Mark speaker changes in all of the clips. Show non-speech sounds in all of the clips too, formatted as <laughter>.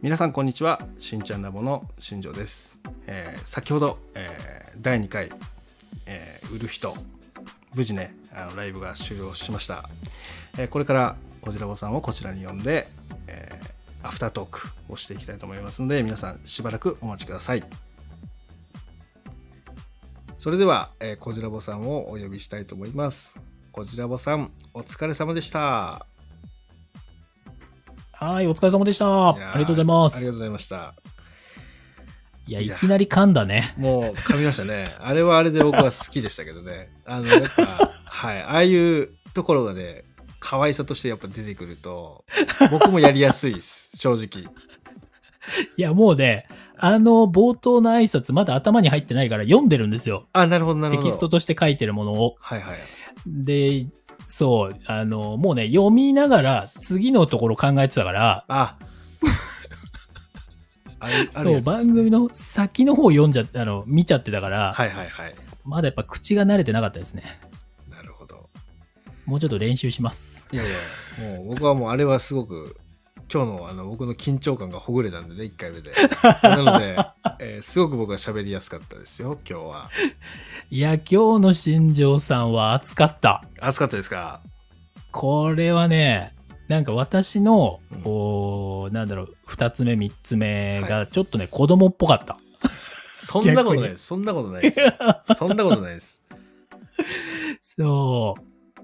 Speaker 1: 皆さんこんにちはしんちゃんラボの新庄です、えー、先ほど、えー、第2回、えー、売る人無事ねあのライブが終了しました、えー、これからこじらぼさんをこちらに呼んで、えー、アフタートークをしていきたいと思いますので皆さんしばらくお待ちくださいそれでは、えー、こじらぼさんをお呼びしたいと思いますこじらぼさんお疲れ様でした
Speaker 2: はい、お疲れ様でした。ありがとうございます。
Speaker 1: ありがとうございました。
Speaker 2: いや、いきなり噛んだね。
Speaker 1: もう噛みましたね。あれはあれで僕は好きでしたけどね。あの、やっぱ、
Speaker 2: <laughs>
Speaker 1: はい、ああいうところがね、可愛さとしてやっぱ出てくると、僕もやりやすいです、正直。
Speaker 2: いや、もうね、あの、冒頭の挨拶、まだ頭に入ってないから読んでるんですよ。
Speaker 1: あ、なるほど、なる
Speaker 2: ほど。テキストとして書いてるものを。
Speaker 1: はいはい。
Speaker 2: で、そう、あの、もうね、読みながら、次のところ考えてたから、
Speaker 1: あ
Speaker 2: そう、ね、番組の先の方読んじゃあの、見ちゃってたから、
Speaker 1: はいはいはい。
Speaker 2: まだやっぱ口が慣れてなかったですね。
Speaker 1: なるほど。
Speaker 2: もうちょっと練習します。
Speaker 1: いやいや、もう僕はもうあれはすごく、今日のあの僕の緊張感がほぐれたんでね、1回目
Speaker 2: <laughs>
Speaker 1: で。なので、えー、すごく僕は喋りやすかったですよ、今日は。
Speaker 2: いや、今日の新庄さんは熱かった。
Speaker 1: 熱かったですか。
Speaker 2: これはね、なんか私の、こう、うん、なんだろう、2つ目、3つ目が、ちょっとね、はい、子供っぽかった。
Speaker 1: そんなことないです。そんなことないです。そんなことないです。
Speaker 2: そ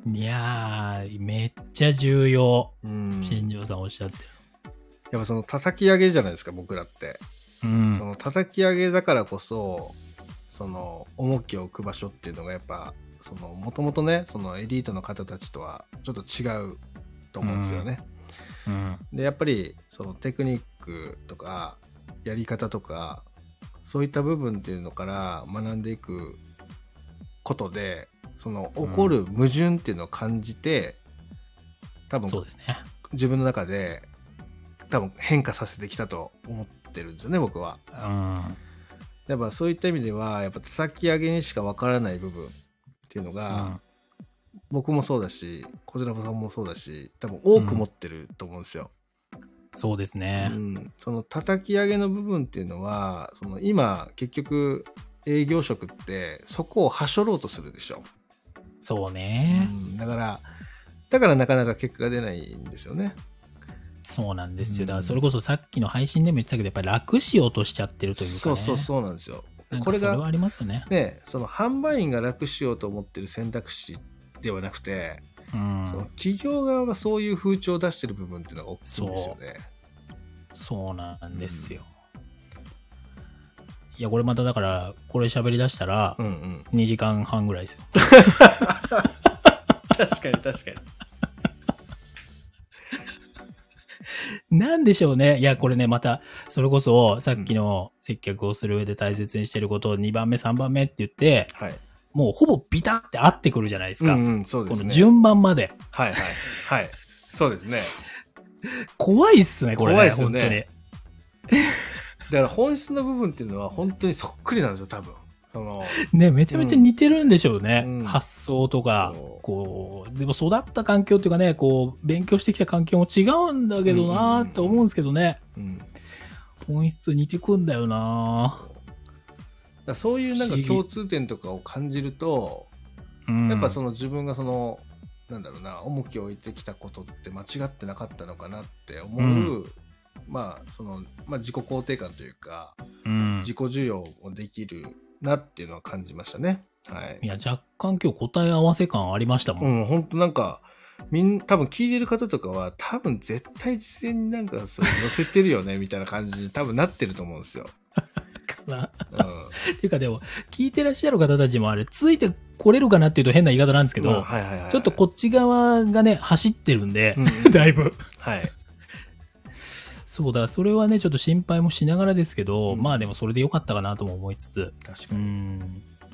Speaker 2: う。いやー、めっちゃ重要。うん、新庄さんおっしゃってる。
Speaker 1: やっぱその叩き上げじゃないですか、僕らって。
Speaker 2: うん、
Speaker 1: その叩き上げだからこそその重きを置く場所っていうのがやっぱもともとねそのエリートの方たちとはちょっと違うと思うんですよね。
Speaker 2: うん、
Speaker 1: でやっぱりそのテクニックとかやり方とかそういった部分っていうのから学んでいくことでその起こる矛盾っていうのを感じて、
Speaker 2: うん、多分そうです、ね、
Speaker 1: 自分の中で多分変化させてきたと思ってるんですよね僕は、
Speaker 2: うん、
Speaker 1: やっぱそういった意味ではやっぱ叩き上げにしかわからない部分っていうのが、うん、僕もそうだし小白さんもそうだし多分多く持ってると思うんですよ、、
Speaker 2: うん、そうですね、うん
Speaker 1: その叩き上げの部分っていうのはその今結局営業職ってそこをはしょろうとするでしょ
Speaker 2: そうね、
Speaker 1: だからだからなかなか結果が出ないんですよね
Speaker 2: そうなんですよ、うん。だからそれこそさっきの配信でも言ってたけど、やっぱり楽しようとしちゃってるというか、ね、
Speaker 1: そうそうそうなんですよ。
Speaker 2: これが、ね、
Speaker 1: ね。その販売員が楽しようと思ってる選択肢ではなくて、
Speaker 2: うん、
Speaker 1: その企業側がそういう風潮を出してる部分っていうのが大きいんですよね。
Speaker 2: そうなんですよ。うん、いや、これまただから、これ喋りだしたら、2時間半ぐらいですよ。うんうん、
Speaker 1: 確かに確かに。
Speaker 2: なんでしょうね。いや、これね、また、それこそ、さっきの接客をする上で大切にしてることを2番目、3番目って言って、
Speaker 1: はい、
Speaker 2: もうほぼビタって合ってくるじゃないですか。
Speaker 1: うんうんすね、
Speaker 2: この順番まで。
Speaker 1: はいはい。はい。そうですね。
Speaker 2: 怖いっすね、これ、ね。
Speaker 1: 怖いっすよね。だから本質の部分っていうのは本当にそっくりなんですよ、多分。その
Speaker 2: ね、めちゃめちゃ似てるんでしょうね、うん、発想とか、こうでも育った環境っていうかねこう勉強してきた環境も違うんだけどなーって思うんですけどね、
Speaker 1: うんうん
Speaker 2: うん、本質似てくんだよな
Speaker 1: だそういうなんか共通点とかを感じると、やっぱその自分がそのなんだろうな重きを置いてきたことって間違ってなかったのかなって思う、まあそのまあ、自己肯定感というか、自己需要をできるなっていうのは感じましたね。はい、
Speaker 2: いや若干今日答え合わせ感ありましたも
Speaker 1: ん。うん、本当なんかみん多分聞いてる方とかは多分絶対実践になんかそ載せてるよねみたいな感じに多分なってると思うんですよ。
Speaker 2: かな、 <laughs> うん、っていうかでも聞いてらっしゃる方たちもあれついてこれるかなっていうと変な言い方なんですけど、まあ
Speaker 1: はいはいはい、
Speaker 2: ちょっとこっち側がね走ってるんで、うんうん、 <laughs> だいぶ。
Speaker 1: はい、
Speaker 2: そうだ、それはね、ちょっと心配もしながらですけど、うん、まあでもそれでよかったかなとも思いつつ、
Speaker 1: 確かに。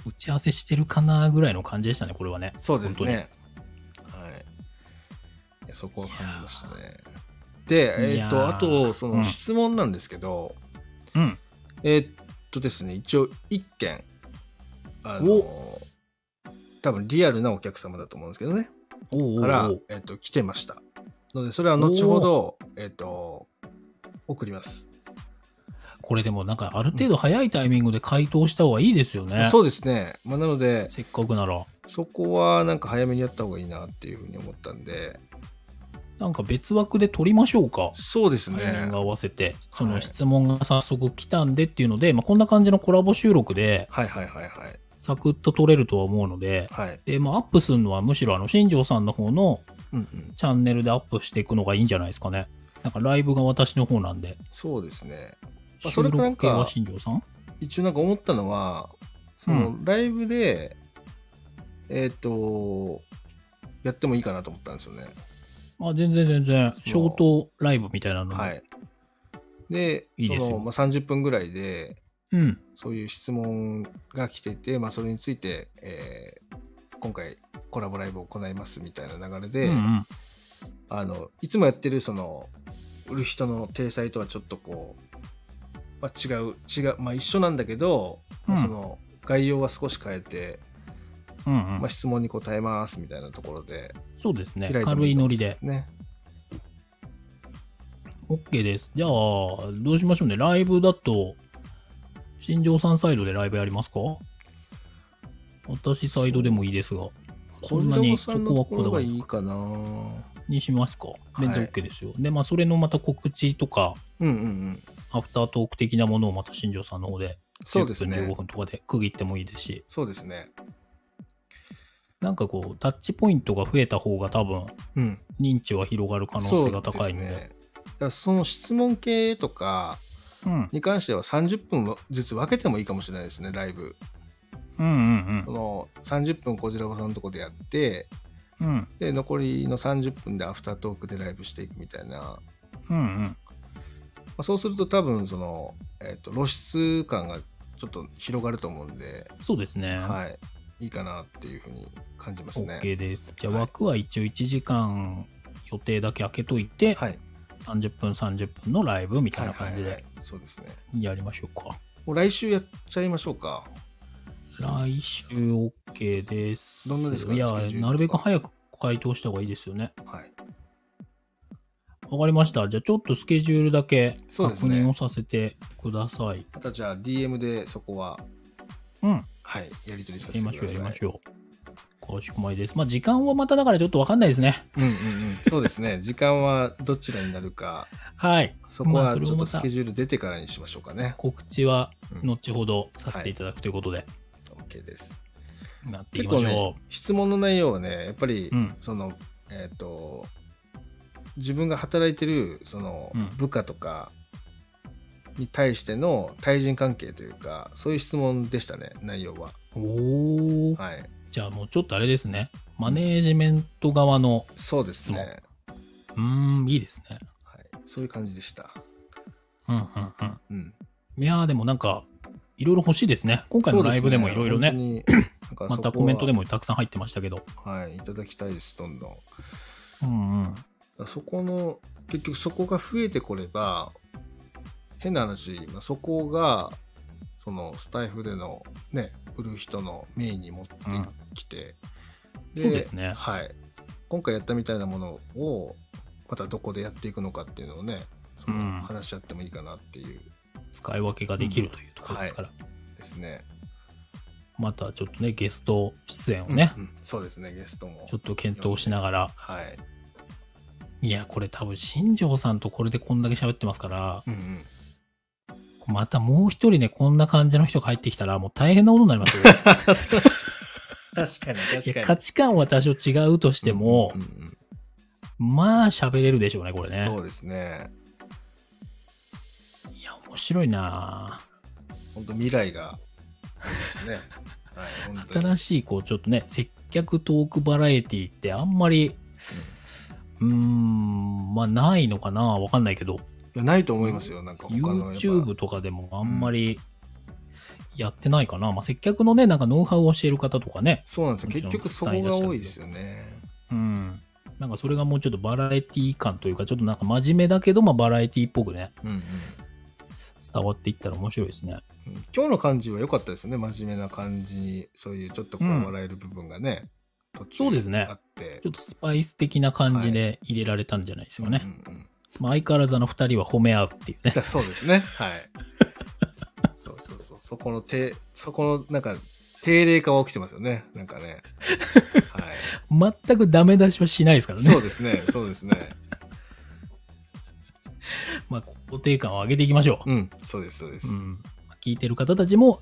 Speaker 2: 打ち合わせしてるかなぐらいの感じでしたね、これはね。
Speaker 1: そうですね。はい。いやそこは感じましたね。で、えっ、ー、と、あと、その質問なんですけど、
Speaker 2: うん。
Speaker 1: えー、っとですね、一応、1件、あの、多分リアルなお客様だと思うんですけどね、
Speaker 2: お
Speaker 1: から、えっ、ー、と、来てました。ので、それは後ほど、えっと、送ります。
Speaker 2: これでもなんかある程度早いタイミングで回答した方がいいですよね。
Speaker 1: そうですね。まあ、なので、
Speaker 2: せっかくなら。
Speaker 1: そこはなんか早めにやった方がいいなっていうふうに思ったんで、
Speaker 2: なんか別枠で取りましょうか。
Speaker 1: そうですね。
Speaker 2: タイミング合わせて、その質問が早速来たんでっていうので、まあ、こんな感じのコラボ収録で、
Speaker 1: はいはいはいはい。
Speaker 2: サクッと取れるとは思うので、
Speaker 1: はい。
Speaker 2: で、まあ、アップするのはむしろあの、新庄さんの方の
Speaker 1: うんうん。
Speaker 2: チャンネルでアップしていくのがいいんじゃないですかね。なんかライブが私の方なんで、
Speaker 1: そうですね。まあそ
Speaker 2: 収
Speaker 1: れとなん
Speaker 2: 録系
Speaker 1: か
Speaker 2: は新庄さん
Speaker 1: 一応なんか思ったのは、そのライブで、えっ、と、やってもいいかなと思ったんですよね。
Speaker 2: あ全然全然、
Speaker 1: う
Speaker 2: ショートライブみたいなのも。
Speaker 1: はい。で、
Speaker 2: いいですよ
Speaker 1: その、まあ、30分ぐらいで、
Speaker 2: うん。
Speaker 1: そういう質問が来てて、まあ、それについて、えー今回コラボライブを行いますみたいな流れで、
Speaker 2: うんうん
Speaker 1: あのいつもやってるその売る人の体裁とはちょっとこう、まあ、違う違う、まあ、一緒なんだけど、まあ
Speaker 2: うん
Speaker 1: その概要は少し変えて、
Speaker 2: うんうん
Speaker 1: まあ、質問に答えますみたいなところで
Speaker 2: そうですね。
Speaker 1: 開いても
Speaker 2: 軽
Speaker 1: い
Speaker 2: い
Speaker 1: いか
Speaker 2: ノ
Speaker 1: も
Speaker 2: リ
Speaker 1: しれ
Speaker 2: で
Speaker 1: ない。ね
Speaker 2: OK です。じゃあ、どうしましょうね。ライブだと、新庄さんサイドでライブやりますか私サイドでもいいですが、そんなにそ
Speaker 1: 小島さん
Speaker 2: こ
Speaker 1: の
Speaker 2: は
Speaker 1: とこ
Speaker 2: こだ
Speaker 1: ろ
Speaker 2: わ
Speaker 1: が
Speaker 2: り
Speaker 1: いい
Speaker 2: なく
Speaker 1: かな
Speaker 2: にしますか。
Speaker 1: い
Speaker 2: 全然 OK ですよ。で、まあ、それのまた告知とか、
Speaker 1: うんうんうん
Speaker 2: アフタートーク的なものをまた新庄さんの方で、
Speaker 1: そうです
Speaker 2: 10分、
Speaker 1: ね
Speaker 2: 15分とかで区切ってもいいですし、
Speaker 1: そうですね
Speaker 2: なんかこう、タッチポイントが増えた方が多分、
Speaker 1: うん
Speaker 2: 認知は広がる可能性が高いので。
Speaker 1: そうですねだからその質問系とか
Speaker 2: うん。
Speaker 1: に関しては30分ずつ分けてもいいかもしれないですねライブ
Speaker 2: うんうん
Speaker 1: その30分こじらぼさんのとこでやって
Speaker 2: うん。うん
Speaker 1: で残りの30分でアフタートークでライブしていくみたいな、ま
Speaker 2: うんうん。
Speaker 1: あ、そうすると多分その、えっと露出感がちょっと広がると思うんで、
Speaker 2: そうですね。
Speaker 1: はい、いいかなっていうふうに感じますね。
Speaker 2: OK です。じゃあ
Speaker 1: はい
Speaker 2: 枠は一応1時間予定だけ開けといて、
Speaker 1: はい、
Speaker 2: 30分30分のライブみたいな感じ
Speaker 1: はいはい
Speaker 2: で
Speaker 1: はいそうですね。
Speaker 2: やりましょうか。
Speaker 1: もう来週やっちゃいましょうか。
Speaker 2: 来週 OK です。
Speaker 1: どんなですか
Speaker 2: いや
Speaker 1: スケジュールと、か
Speaker 2: なるべく早く回答した方がいいですよね。
Speaker 1: はい、
Speaker 2: わかりました。じゃあちょっとスケジュールだけ
Speaker 1: そうです
Speaker 2: 確
Speaker 1: ね
Speaker 2: 認をさせてください。う
Speaker 1: またじゃあ DM でそこは、
Speaker 2: ん。や
Speaker 1: はい、やり取りさせ
Speaker 2: り
Speaker 1: て
Speaker 2: ま
Speaker 1: く
Speaker 2: し
Speaker 1: だ
Speaker 2: ょう、や
Speaker 1: さい。
Speaker 2: りましょう。かしこまりです。まあ時間はまただからちょっとわかんないですね。
Speaker 1: うんうんうん、そうですね。時間はどちらになるか、
Speaker 2: はい。
Speaker 1: そこ
Speaker 2: まあ
Speaker 1: は
Speaker 2: それを
Speaker 1: ちょっと
Speaker 2: また
Speaker 1: スケジュール出てからにしましょうかね。
Speaker 2: 告知は
Speaker 1: うん
Speaker 2: 後ほどさせていただくということで、
Speaker 1: OK です。
Speaker 2: なってい
Speaker 1: 結
Speaker 2: きま
Speaker 1: 構
Speaker 2: しょう。
Speaker 1: ね、質問の内容はね、やっぱり、
Speaker 2: うん
Speaker 1: その、えっ、と、自分が働いてる、その
Speaker 2: うん、
Speaker 1: 部下とかに対しての対人関係というか、そういう質問でしたね、内容は。
Speaker 2: おお、
Speaker 1: はい。
Speaker 2: じゃあもうちょっとあれですね。マネージメント側の、
Speaker 1: そうですね。
Speaker 2: うーん、いいですね。
Speaker 1: はい、そういう感じでした。
Speaker 2: うんうんうん。
Speaker 1: うん。
Speaker 2: いやーでもなんか、いろいろ欲しいですね。今回のライブでもいろいろね。
Speaker 1: そうです本当に
Speaker 2: またコメントで
Speaker 1: も。
Speaker 2: もたくさん入ってましたけど。
Speaker 1: はい、いただきたいです、どんどん。
Speaker 2: うんうん。
Speaker 1: そこの結局そこが増えてこれば変な話、まあ、そこがそのスタイフでのね売る人のメインに持ってきて、
Speaker 2: そうですね
Speaker 1: はい、今回やったみたいなものをまたどこでやっていくのかっていうのをねそ
Speaker 2: うん
Speaker 1: の話し合ってもいいかなっていう
Speaker 2: 使い分けができるというところですから。
Speaker 1: ですね、
Speaker 2: またちょっとね、ゲスト出演をね、
Speaker 1: うんうんそうですねゲストも
Speaker 2: ちょっと検討しながら。
Speaker 1: はい、
Speaker 2: いや、これ多分、新庄さんとこれでこんだけ喋ってますから、
Speaker 1: うんうん、
Speaker 2: またもう一人ね、こんな感じの人が入ってきたら、もう大変なことになり
Speaker 1: <laughs>
Speaker 2: ますよ。
Speaker 1: 確かに
Speaker 2: い
Speaker 1: 確
Speaker 2: や価値観は多少違うとしても、
Speaker 1: うんうんうん
Speaker 2: まあ喋れるでしょうね、これね。
Speaker 1: そうですね
Speaker 2: いや、面白いな
Speaker 1: 本当未来がですねはい本当に
Speaker 2: 新しい、こう、ちょっとね、接客トークバラエティってあんまり、うーん、まあないのかなわかんないけど、
Speaker 1: いやないと思いますよ、なんか他のやっぱ
Speaker 2: YouTube とかでもあんまりやってないかな。まあ接客のね、なんかノウハウを教える方とかね、
Speaker 1: そうなんですよ、
Speaker 2: もちろ
Speaker 1: 結
Speaker 2: ん
Speaker 1: 局そこが多いですよね。
Speaker 2: うん。なんかそれがもうちょっとバラエティ感というか、ちょっとなんか真面目だけど、まあバラエティっぽくね、
Speaker 1: うんうん
Speaker 2: 伝わっていったら面白いですね。
Speaker 1: うん今日の感じは良かったですね、真面目な感じに、そういうちょっとこう
Speaker 2: うん
Speaker 1: 笑える部分がね、途中
Speaker 2: そうですね
Speaker 1: あって
Speaker 2: ちょ、っとスパイス的な感じで入れられたんじゃないですかね。
Speaker 1: うんうんうん
Speaker 2: まあ、相変わらずあの2人は褒め合うっていうね。 <laughs>
Speaker 1: だそうですね、はい。そこの手、そこの、なんか、定例化は起きてますよね。なんかね。
Speaker 2: <laughs>
Speaker 1: はい。
Speaker 2: 全くダメ出しはしないですからね。
Speaker 1: そうですね。そうですね。
Speaker 2: <laughs> まあ、肯定感を上げていきましょ
Speaker 1: うん。そうです、そうです
Speaker 2: う。。うん。聞いてる方たちも、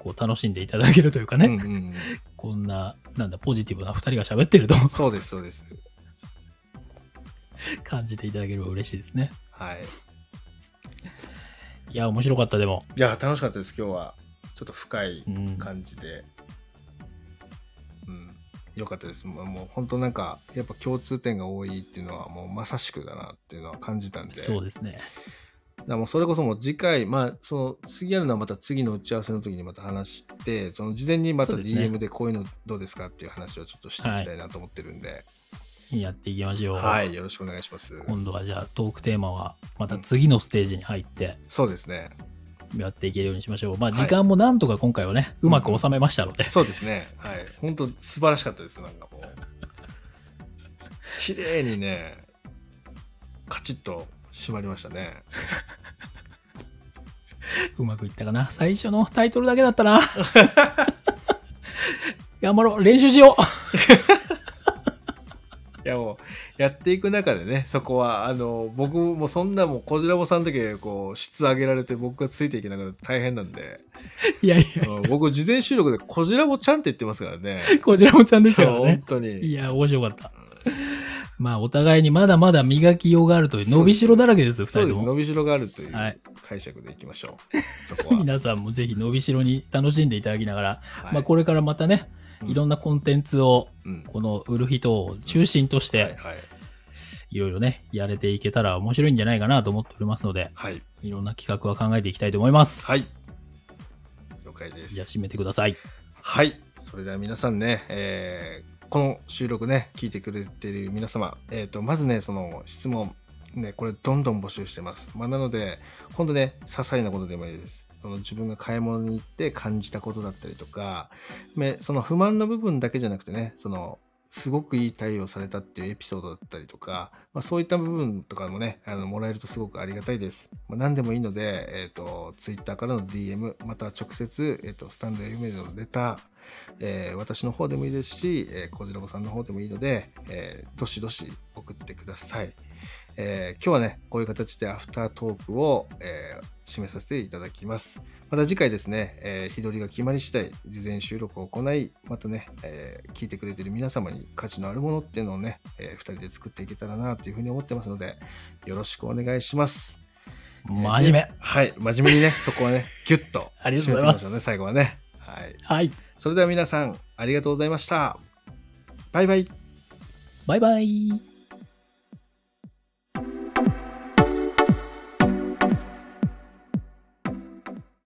Speaker 2: こう、楽しんでいただけるというかね、
Speaker 1: うんうん
Speaker 2: こんな、なんだ、ポジティブな二人が喋ってると
Speaker 1: うんそうです、そうです。
Speaker 2: 感じていただければ嬉しいですね。
Speaker 1: はい。
Speaker 2: いや、面白かった、でも。
Speaker 1: いや、楽しかったです、今日は。ちょっと深い
Speaker 2: うん。
Speaker 1: 感じで。うん。よかったです。もう、もう本当なんか、やっぱ共通点が多いっていうのは、もうまさしくだなっていうのは感じたんで。
Speaker 2: そうですね。
Speaker 1: だからもうそれこそもう次回、まあ、その次やるのはまた次の打ち合わせの時にまた話して、その事前にまた
Speaker 2: そうですね
Speaker 1: DM でこういうのどうですかっていう話をちょっとしていきたいなと思ってるんで、
Speaker 2: やっていきましょう。
Speaker 1: はい、よろしくお願いします。
Speaker 2: 今度はじゃあトークテーマはまた次のステージに入って
Speaker 1: そうですね。
Speaker 2: やっていけるようにしましょう。まあ
Speaker 1: はい
Speaker 2: 時間もなんとか今回はね、うまく収めましたので、
Speaker 1: そうですね。はい。本当素晴らしかったです、なんかもう。綺麗にね、カチッと締まりましたね。
Speaker 2: うまくいったかな。最初のタイトルだけだったな。 <laughs> 頑張ろう練習しよ
Speaker 1: いやもう、やっていく中でね、そこは、あの、僕もそんなもう、こじらぼさんだけ、こう、質上げられて、僕がついていけなくて大変なんで、
Speaker 2: う <laughs> いやいや、
Speaker 1: <laughs> うん僕、事前収録で、こじらぼちゃんって言ってますからね。
Speaker 2: こちらもちゃんとしたから
Speaker 1: そう本
Speaker 2: ね。
Speaker 1: 当
Speaker 2: い
Speaker 1: に。
Speaker 2: や、面白かった。まあお互いにまだまだ磨きようがあるという、伸びしろだらけですよ、二
Speaker 1: そう
Speaker 2: 人
Speaker 1: で
Speaker 2: と
Speaker 1: す。
Speaker 2: も。
Speaker 1: 伸びしろがあるとい
Speaker 2: は
Speaker 1: う
Speaker 2: い
Speaker 1: 解釈でいきましょう。そこは。
Speaker 2: <laughs> 皆さんもぜひ伸びしろに楽しんでいただきながら、
Speaker 1: はい
Speaker 2: まあこれからまたね、
Speaker 1: うん
Speaker 2: いろんなコンテンツを
Speaker 1: うん
Speaker 2: この売る人を中心とし
Speaker 1: はい
Speaker 2: て、
Speaker 1: はい。
Speaker 2: いろいろね、やれていけたら面白いんじゃないかなと思っておりますので、
Speaker 1: はい。
Speaker 2: いろんな企画は考えていきたいと思います。
Speaker 1: は。い。了解です。
Speaker 2: じゃあ締めてください。
Speaker 1: はい。それでは皆さんね、えーこの収録ね、聞いてくれてる皆様、えっ、と、まずね、その質問、ね、これどんどん募集してます。まあ、なので、ほんとね、些細なことでもいいです。その自分が買い物に行って感じたことだったりとか、ね、その不満の部分だけじゃなくてね、その、すごくいい対応されたっていうエピソードだったりとか、まあ、そういった部分とかもね、あのもらえるとすごくありがたいです。まあ、何でもいいので、えっ、と、Twitter からの DM、または直接、えっ、と、スタンド FM のレター、えー私の方でもいいですし、えー、コジラボさんの方でもいいので、えーどしどし送ってください。えー今日はね、こういう形でアフタートークを、えー締めさせていただきます。また次回ですね、えー日取りが決まり次第、事前収録を行い、またね、えー聞いてくれてる皆様に価値のあるものっていうのをね、え2人で作っていけたらなというふうに思ってますので、よろしくお願いします。
Speaker 2: 真面目。
Speaker 1: はい、真面目にね、 <laughs> そこはね、ぎゅっと
Speaker 2: ありがとうございます
Speaker 1: 締めてきしょね、最後はね。はい。
Speaker 2: はい。
Speaker 1: それでは皆さん、ありがとうございました。バイバイ。
Speaker 2: バイバイ。